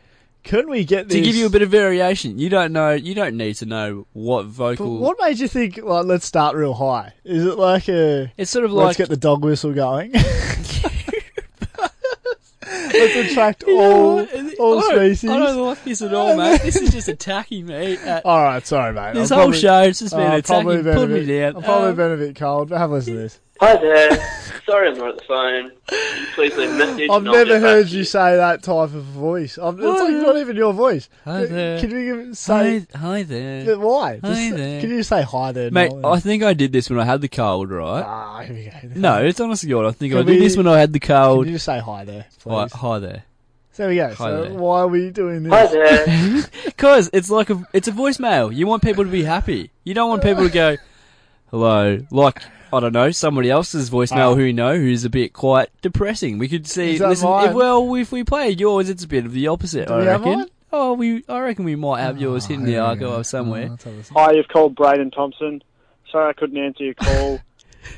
[SPEAKER 5] Couldn't we get this?
[SPEAKER 4] to give you a bit of variation, you don't know. You don't need to know what
[SPEAKER 5] But
[SPEAKER 4] vocal.
[SPEAKER 5] what made you think? Like, let's start real high. Is it like a?
[SPEAKER 4] It's sort of
[SPEAKER 5] let's
[SPEAKER 4] like
[SPEAKER 5] get the dog whistle going. let's attract all all
[SPEAKER 4] I don't-
[SPEAKER 5] species.
[SPEAKER 4] I don't like this at all, mate. This is just attacking me. Uh,
[SPEAKER 5] All right, sorry, mate.
[SPEAKER 4] this
[SPEAKER 5] I'm
[SPEAKER 4] whole
[SPEAKER 5] probably-
[SPEAKER 4] show has just
[SPEAKER 5] uh,
[SPEAKER 4] been
[SPEAKER 5] I've probably
[SPEAKER 4] attacking,
[SPEAKER 5] been a
[SPEAKER 4] putting me
[SPEAKER 5] bit-
[SPEAKER 4] down.
[SPEAKER 5] I've probably
[SPEAKER 4] Um,
[SPEAKER 5] been a bit cold, but have a listen to this.
[SPEAKER 6] Hi there. Sorry I'm not at the phone. Can you please leave a message
[SPEAKER 5] I've
[SPEAKER 6] and I'll
[SPEAKER 5] never
[SPEAKER 6] get
[SPEAKER 5] heard
[SPEAKER 6] back
[SPEAKER 5] you
[SPEAKER 6] to
[SPEAKER 5] say that type of voice. I've, it's like not even your voice.
[SPEAKER 4] Hi there.
[SPEAKER 5] Can you give, say
[SPEAKER 4] hi, hi there,
[SPEAKER 5] But why?
[SPEAKER 4] Hi
[SPEAKER 5] Just-
[SPEAKER 4] there.
[SPEAKER 5] Can you say hi there,
[SPEAKER 4] mate.
[SPEAKER 5] Nolan?
[SPEAKER 4] I think I did this when I had the cold, right?
[SPEAKER 5] ah, here we go.
[SPEAKER 4] No, it's honestly God. I think I
[SPEAKER 5] Can
[SPEAKER 4] did
[SPEAKER 5] we-
[SPEAKER 4] this when I had the
[SPEAKER 5] Can
[SPEAKER 4] cold.
[SPEAKER 5] you just say hi there, please?
[SPEAKER 4] Hi, hi there.
[SPEAKER 5] So there we go.
[SPEAKER 4] Hi
[SPEAKER 5] so
[SPEAKER 4] there.
[SPEAKER 5] why are we doing this?
[SPEAKER 6] you. Hi there.
[SPEAKER 4] Because it's like a, it's a voicemail. You want people to be happy. You don't want people to go, hello, like, I don't know, somebody else's voicemail
[SPEAKER 5] Ah.
[SPEAKER 4] who you know who's a bit quite depressing. We could see,
[SPEAKER 5] Is that
[SPEAKER 4] listen,
[SPEAKER 5] mine?
[SPEAKER 4] if, well, if we play yours, it's a bit of the opposite, I
[SPEAKER 5] we have
[SPEAKER 4] reckon.
[SPEAKER 5] mine?
[SPEAKER 4] Oh, we, I reckon we might have yours hidden in the
[SPEAKER 5] Here we go.
[SPEAKER 4] archive somewhere.
[SPEAKER 5] Oh, let's have a listen.
[SPEAKER 7] Hi, you've called Braden Thompson. Sorry I couldn't answer your call.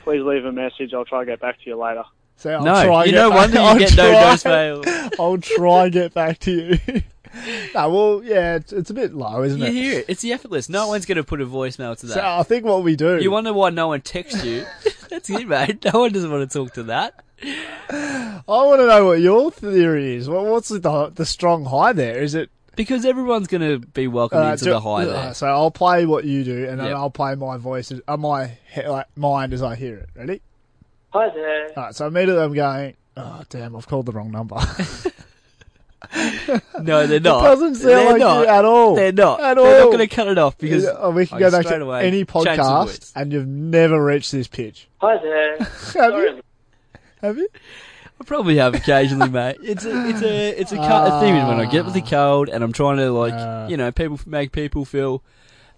[SPEAKER 7] Please leave a message. I'll try to get back to you later.
[SPEAKER 5] So I'll
[SPEAKER 4] no,
[SPEAKER 5] try
[SPEAKER 4] you
[SPEAKER 5] get
[SPEAKER 4] know,
[SPEAKER 5] back-
[SPEAKER 4] wonder
[SPEAKER 5] I'll
[SPEAKER 4] you get no
[SPEAKER 5] try-
[SPEAKER 4] voicemail.
[SPEAKER 5] I'll try and get back to you. no, well, yeah, it's, it's a bit low, isn't
[SPEAKER 4] You
[SPEAKER 5] it?
[SPEAKER 4] hear it. It's the effortless. No one's going to put a voicemail to that.
[SPEAKER 5] So I think what we do.
[SPEAKER 4] you wonder why no one texts you. That's it, mate. No one doesn't want to talk to that.
[SPEAKER 5] I want to know what your theory is. What, what's the the strong high there? Is it
[SPEAKER 4] Because everyone's going to be welcomed into
[SPEAKER 5] do-
[SPEAKER 4] the high there.
[SPEAKER 5] uh, so I'll play what you do, and then
[SPEAKER 4] Yep.
[SPEAKER 5] I'll play my voice, as- uh, my he- like mind as I hear it. Ready?
[SPEAKER 6] Hi there.
[SPEAKER 5] All right. So immediately I'm going. Oh damn! I've called the wrong number.
[SPEAKER 4] No, they're not.
[SPEAKER 5] doesn't sound
[SPEAKER 4] they're
[SPEAKER 5] like
[SPEAKER 4] not.
[SPEAKER 5] you at all.
[SPEAKER 4] They're not.
[SPEAKER 5] At
[SPEAKER 4] They're
[SPEAKER 5] all.
[SPEAKER 4] not going to cut it off because
[SPEAKER 5] Uh, we can
[SPEAKER 4] I
[SPEAKER 5] go back
[SPEAKER 4] straight
[SPEAKER 5] to
[SPEAKER 4] away
[SPEAKER 5] any
[SPEAKER 4] change the
[SPEAKER 5] podcast,
[SPEAKER 4] words.
[SPEAKER 5] and you've never reached this pitch,
[SPEAKER 6] Hi there.
[SPEAKER 5] have
[SPEAKER 6] Sorry
[SPEAKER 5] you? Have you?
[SPEAKER 4] I probably have occasionally, mate. It's a, it's a, it's a, cu-
[SPEAKER 5] Uh,
[SPEAKER 4] a thing when I get with the cold and I'm trying to like,
[SPEAKER 5] Ah.
[SPEAKER 4] you know, people make people feel.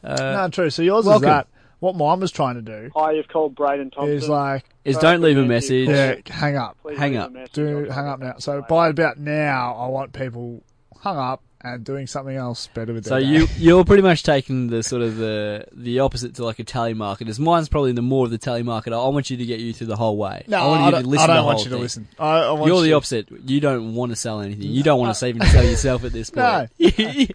[SPEAKER 4] Uh,
[SPEAKER 5] no, true. So yours
[SPEAKER 4] welcome.
[SPEAKER 5] is that. What mine was trying to do
[SPEAKER 7] Hi, you've called Braden Thompson.
[SPEAKER 5] is like,
[SPEAKER 4] is don't leave a message.
[SPEAKER 5] uh, yeah, hang up,
[SPEAKER 7] Please
[SPEAKER 4] hang
[SPEAKER 7] leave a
[SPEAKER 4] up.
[SPEAKER 7] message. I'll
[SPEAKER 5] do
[SPEAKER 7] try
[SPEAKER 5] hang
[SPEAKER 7] to
[SPEAKER 5] up
[SPEAKER 7] get
[SPEAKER 5] now.
[SPEAKER 7] back to you
[SPEAKER 5] So
[SPEAKER 7] later.
[SPEAKER 5] by about now, I want people hung up and doing something else better with
[SPEAKER 4] So
[SPEAKER 5] their day.
[SPEAKER 4] you you're pretty much taking the sort of the the opposite to like a tally market. As mine's probably the more of the tally market. I want you to get you through the whole way.
[SPEAKER 5] No,
[SPEAKER 4] I want
[SPEAKER 5] I
[SPEAKER 4] you
[SPEAKER 5] don't,
[SPEAKER 4] to listen. the
[SPEAKER 5] I don't
[SPEAKER 4] whole
[SPEAKER 5] want you to
[SPEAKER 4] thing.
[SPEAKER 5] listen. I, I want
[SPEAKER 4] You're the
[SPEAKER 5] you-
[SPEAKER 4] opposite. You don't want to sell anything. You don't want to even sell yourself at this point.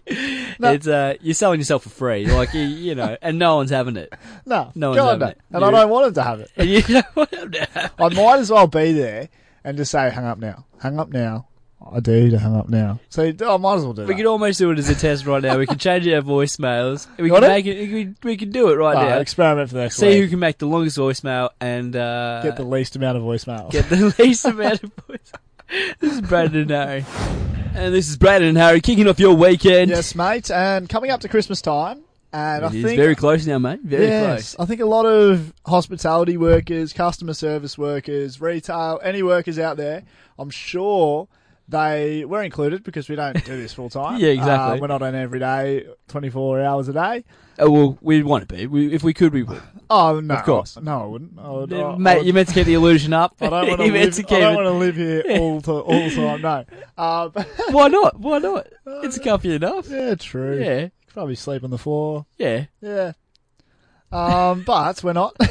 [SPEAKER 4] It's uh, you're selling yourself for free, like you, you know, and no one's having it.
[SPEAKER 5] No,
[SPEAKER 4] No one's
[SPEAKER 5] God,
[SPEAKER 4] having
[SPEAKER 5] no.
[SPEAKER 4] it.
[SPEAKER 5] and I
[SPEAKER 4] You-
[SPEAKER 5] don't want them to have it.
[SPEAKER 4] And you don't want them to have
[SPEAKER 5] I might as well be there and just say, "Hang up now, hang up now." I do to hang up now. So I might as well do.
[SPEAKER 4] We
[SPEAKER 5] that.
[SPEAKER 4] could almost do it as a test right now. We can change our voicemails. We
[SPEAKER 5] You
[SPEAKER 4] can
[SPEAKER 5] want
[SPEAKER 4] make it. We, we can do it right
[SPEAKER 5] Alright,
[SPEAKER 4] now.
[SPEAKER 5] experiment for the next
[SPEAKER 4] See
[SPEAKER 5] week.
[SPEAKER 4] who can make the longest voicemail and uh,
[SPEAKER 5] get the least amount of voicemail.
[SPEAKER 4] get the least amount of voicemail. This is Brandon and Harry, and this is Brandon and Harry kicking off your weekend.
[SPEAKER 5] yes, mate. And coming up to Christmas time, and I
[SPEAKER 4] it is
[SPEAKER 5] think
[SPEAKER 4] very close now, mate. Very
[SPEAKER 5] yes,
[SPEAKER 4] close.
[SPEAKER 5] I think a lot of hospitality workers, customer service workers, retail, any workers out there, I'm sure they we're included because we don't do this full time.
[SPEAKER 4] Yeah, exactly.
[SPEAKER 5] Uh, we're not on every day, 24 hours a day.
[SPEAKER 4] Oh, well, we want to be. We, if we could, we would.
[SPEAKER 5] Oh no,
[SPEAKER 4] Of course.
[SPEAKER 5] no, I wouldn't. I would, I, I
[SPEAKER 4] Mate,
[SPEAKER 5] would-
[SPEAKER 4] you meant to keep the illusion up.
[SPEAKER 5] I don't want to
[SPEAKER 4] You meant
[SPEAKER 5] live.
[SPEAKER 4] to
[SPEAKER 5] I
[SPEAKER 4] keep
[SPEAKER 5] don't
[SPEAKER 4] it.
[SPEAKER 5] want to live here all to all the time. No. Uh, but-
[SPEAKER 4] Why not? Why not? It's comfy enough.
[SPEAKER 5] yeah, true.
[SPEAKER 4] Yeah.
[SPEAKER 5] Probably sleep on the floor.
[SPEAKER 4] Yeah.
[SPEAKER 5] Yeah. Um, but we're not.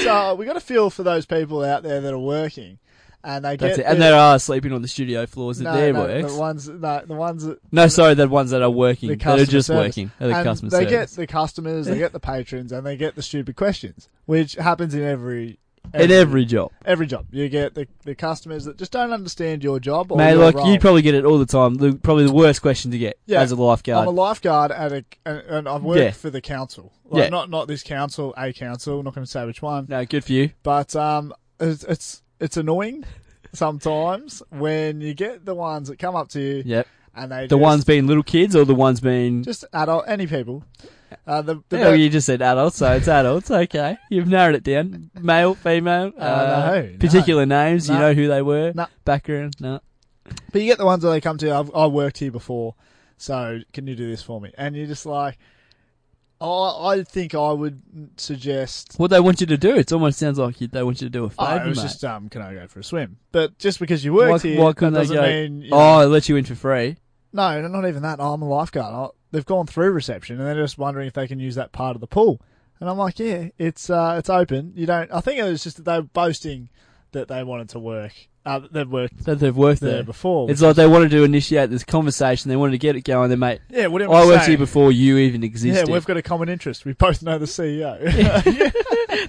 [SPEAKER 5] so we got a feel for those people out there that are working, and they
[SPEAKER 4] That's
[SPEAKER 5] get
[SPEAKER 4] it. And
[SPEAKER 5] their-
[SPEAKER 4] there are sleeping on the studio floors that
[SPEAKER 5] no,
[SPEAKER 4] there
[SPEAKER 5] no,
[SPEAKER 4] works.
[SPEAKER 5] the ones no, the ones that
[SPEAKER 4] no, sorry, the ones that are working.
[SPEAKER 5] the
[SPEAKER 4] That
[SPEAKER 5] customer
[SPEAKER 4] are just
[SPEAKER 5] service.
[SPEAKER 4] working. They're the
[SPEAKER 5] And
[SPEAKER 4] customer
[SPEAKER 5] they
[SPEAKER 4] service.
[SPEAKER 5] get the customers, they get the patrons, and they get the stupid questions, which happens in every
[SPEAKER 4] At every job.
[SPEAKER 5] every job. You get the, the customers that just don't understand your job. Or
[SPEAKER 4] Mate,
[SPEAKER 5] your
[SPEAKER 4] like,
[SPEAKER 5] role.
[SPEAKER 4] you'd probably get it all the time. The, probably the worst question to get
[SPEAKER 5] Yeah.
[SPEAKER 4] as a lifeguard.
[SPEAKER 5] I'm a lifeguard at a, and, and I've worked
[SPEAKER 4] Yeah.
[SPEAKER 5] for the council. Like,
[SPEAKER 4] Yeah.
[SPEAKER 5] Not not this council, a council. I'm not going to say which one.
[SPEAKER 4] no, good for you.
[SPEAKER 5] But um, it's it's, it's annoying sometimes when you get the ones that come up to you
[SPEAKER 4] Yep.
[SPEAKER 5] and they
[SPEAKER 4] The
[SPEAKER 5] just,
[SPEAKER 4] ones being little kids or the ones being.
[SPEAKER 5] just adult any people. Uh, the, the
[SPEAKER 4] Hell, you just said adults, so it's adults. Okay, you've narrowed it down. Male, female, uh,
[SPEAKER 5] no, no.
[SPEAKER 4] particular names. You
[SPEAKER 5] No.
[SPEAKER 4] know who they were.
[SPEAKER 5] No.
[SPEAKER 4] Background. No.
[SPEAKER 5] But you get the ones where they come to you, I've I worked here before, so can you do this for me? And you're just like, oh, I think I would suggest.
[SPEAKER 4] What they want you to do? It almost sounds like you, they want you to do a
[SPEAKER 5] Oh,
[SPEAKER 4] favour,
[SPEAKER 5] it was
[SPEAKER 4] mate.
[SPEAKER 5] just, um, can I go for a swim? But just because you
[SPEAKER 4] why,
[SPEAKER 5] worked here,
[SPEAKER 4] why
[SPEAKER 5] that
[SPEAKER 4] couldn't they
[SPEAKER 5] doesn't
[SPEAKER 4] go?
[SPEAKER 5] mean. you
[SPEAKER 4] oh,
[SPEAKER 5] know-
[SPEAKER 4] I let you in for free.
[SPEAKER 5] no, no, not even that. Oh, I'm a lifeguard. Oh, they've gone through reception, and they're just wondering if they can use that part of the pool. And I'm like, yeah, it's uh, it's open. You don't. I think it was just that they were boasting that they wanted to work. Uh, they've worked
[SPEAKER 4] That they've worked
[SPEAKER 5] there
[SPEAKER 4] there.
[SPEAKER 5] before.
[SPEAKER 4] It's like they wanted to initiate this conversation. They wanted to get it going. Then, mate,
[SPEAKER 5] yeah, whatever.
[SPEAKER 4] I
[SPEAKER 5] I'm
[SPEAKER 4] worked here
[SPEAKER 5] saying.
[SPEAKER 4] before you even
[SPEAKER 5] Yeah,
[SPEAKER 4] existed.
[SPEAKER 5] we've got a common interest. We both know the E CEO.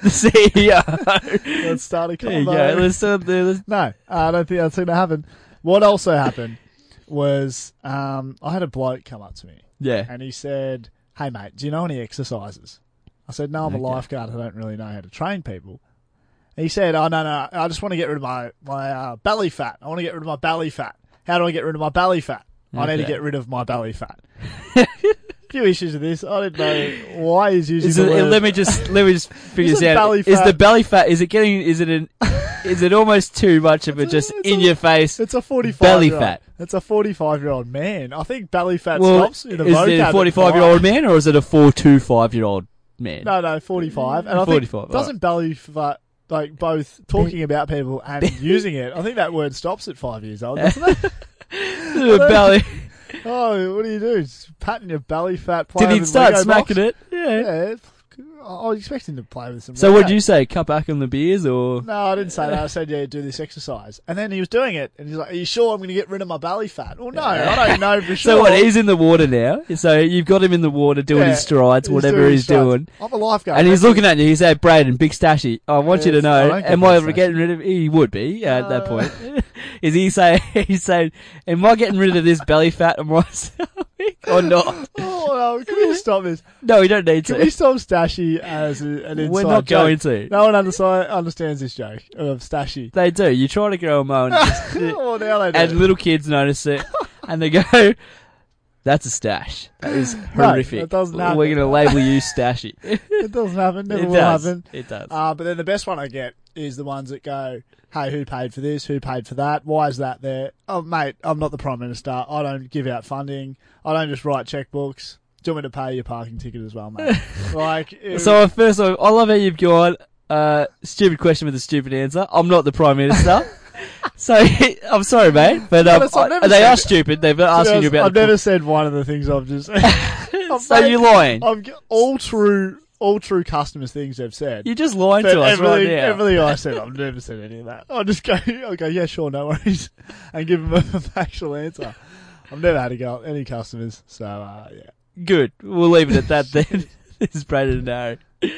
[SPEAKER 4] the CEO.
[SPEAKER 5] Let's start a
[SPEAKER 4] there you
[SPEAKER 5] combo.
[SPEAKER 4] go. Let's, uh, let's,
[SPEAKER 5] no, I don't think that's going to happen. What also happened was um, I had a bloke come up to me
[SPEAKER 4] yeah.
[SPEAKER 5] and he said, "Hey mate, do you know any exercises?" I said, "No, I'm a lifeguard. I don't really know how to train people." He said, "Oh no, no, I just want to get rid of my my uh, belly fat. I want to get rid of my belly fat. How do I get rid of my belly fat? I need to
[SPEAKER 4] Okay.
[SPEAKER 5] get rid of my belly fat." Few issues with this. I didn't know why he's using
[SPEAKER 4] Is
[SPEAKER 5] the
[SPEAKER 4] it,
[SPEAKER 5] word.
[SPEAKER 4] let me just let me just figure
[SPEAKER 5] Is
[SPEAKER 4] this
[SPEAKER 5] it
[SPEAKER 4] out.
[SPEAKER 5] belly
[SPEAKER 4] Is
[SPEAKER 5] fat?
[SPEAKER 4] the belly fat? Is it getting? Is it an? is it almost too much of a
[SPEAKER 5] It's a-
[SPEAKER 4] just
[SPEAKER 5] it's
[SPEAKER 4] in
[SPEAKER 5] a-
[SPEAKER 4] your face?
[SPEAKER 5] It's a forty-five
[SPEAKER 4] Belly
[SPEAKER 5] year old-
[SPEAKER 4] fat.
[SPEAKER 5] It's a forty-five-year-old man. I think belly fat
[SPEAKER 4] Well,
[SPEAKER 5] stops
[SPEAKER 4] is
[SPEAKER 5] in the
[SPEAKER 4] it a forty-five-year-old man or is it a four to five-year-old man?
[SPEAKER 5] No, no, forty-five. And I
[SPEAKER 4] 45,
[SPEAKER 5] think doesn't belly fat like both talking about people and using it? I think that word stops at five years old, doesn't it?
[SPEAKER 4] The belly.
[SPEAKER 5] oh, what do you do? Just patting your belly
[SPEAKER 4] Did
[SPEAKER 5] fat. playing
[SPEAKER 4] he
[SPEAKER 5] with
[SPEAKER 4] start
[SPEAKER 5] Lego
[SPEAKER 4] smacking
[SPEAKER 5] blocks?
[SPEAKER 4] it? Yeah.
[SPEAKER 5] Yeah. I I was expecting to play with some.
[SPEAKER 4] So
[SPEAKER 5] Lego.
[SPEAKER 4] what would you say? Cut back on the beers or?
[SPEAKER 5] No, I didn't say that. I said, yeah, do this exercise. And then he was doing it, and he's like, are you sure I'm going to get rid of my belly fat? Well, no, I don't know for sure.
[SPEAKER 4] So what? He's in the water now. So you've got him in the water doing
[SPEAKER 5] Yeah,
[SPEAKER 4] his strides,
[SPEAKER 5] he's
[SPEAKER 4] whatever
[SPEAKER 5] doing
[SPEAKER 4] he's
[SPEAKER 5] strides.
[SPEAKER 4] doing.
[SPEAKER 5] I'm a lifeguard.
[SPEAKER 4] And he's looking at you. He's like, Braden, big stashy. "Oh, I want you to
[SPEAKER 5] Yes, I
[SPEAKER 4] know.
[SPEAKER 5] don't get
[SPEAKER 4] Am I
[SPEAKER 5] big stashy.
[SPEAKER 4] getting rid of? He would be uh, at that
[SPEAKER 5] Uh.
[SPEAKER 4] point. Is he saying? He's saying, "Am I getting rid of this belly fat on myself or not?"
[SPEAKER 5] Oh, no, can we stop this?
[SPEAKER 4] No, we don't need
[SPEAKER 5] Can we
[SPEAKER 4] to.
[SPEAKER 5] stop Stashy as a, an inside
[SPEAKER 4] We're not
[SPEAKER 5] joke?
[SPEAKER 4] going to.
[SPEAKER 5] No one understand, understands this joke of Stashy.
[SPEAKER 4] They do. You try to grow them out, and, just-
[SPEAKER 5] oh, now they do.
[SPEAKER 4] and little kids notice it, and they go, "That's a stash. That is horrific.
[SPEAKER 5] that doesn't
[SPEAKER 4] We're
[SPEAKER 5] happen.
[SPEAKER 4] going to label you stashy." it
[SPEAKER 5] it doesn't happen. Never will
[SPEAKER 4] does.
[SPEAKER 5] happen.
[SPEAKER 4] It does.
[SPEAKER 5] Uh, but then the best one I get is the ones that go, "Hey, who paid for this? Who paid for that? Why is that there?" Oh, mate, I'm not the prime minister. I don't give out funding. I don't just write checkbooks. Do you want me to pay your parking ticket as well, mate? like, it-
[SPEAKER 4] So uh, first off, I love how you've gone uh, stupid question with a stupid answer. I'm not the prime minister. So I'm sorry, mate, but um,
[SPEAKER 5] that's- I've
[SPEAKER 4] I-
[SPEAKER 5] never
[SPEAKER 4] they
[SPEAKER 5] said
[SPEAKER 4] are
[SPEAKER 5] it.
[SPEAKER 4] stupid. They've been asking you about.
[SPEAKER 5] I've
[SPEAKER 4] the
[SPEAKER 5] never said one of the things I've just.
[SPEAKER 4] pool. so you're lying.
[SPEAKER 5] I'm g- all true, all true customers things they've said.
[SPEAKER 4] You're just lying
[SPEAKER 5] But
[SPEAKER 4] to us
[SPEAKER 5] everything,
[SPEAKER 4] right now.
[SPEAKER 5] everything I said, I've never said any of that. I'll just go, I'll go, yeah, sure, no worries, and give them a factual answer. I've never had a go at any customers, so uh, yeah.
[SPEAKER 4] Good. We'll leave it at that then. this is Brandon and Harry.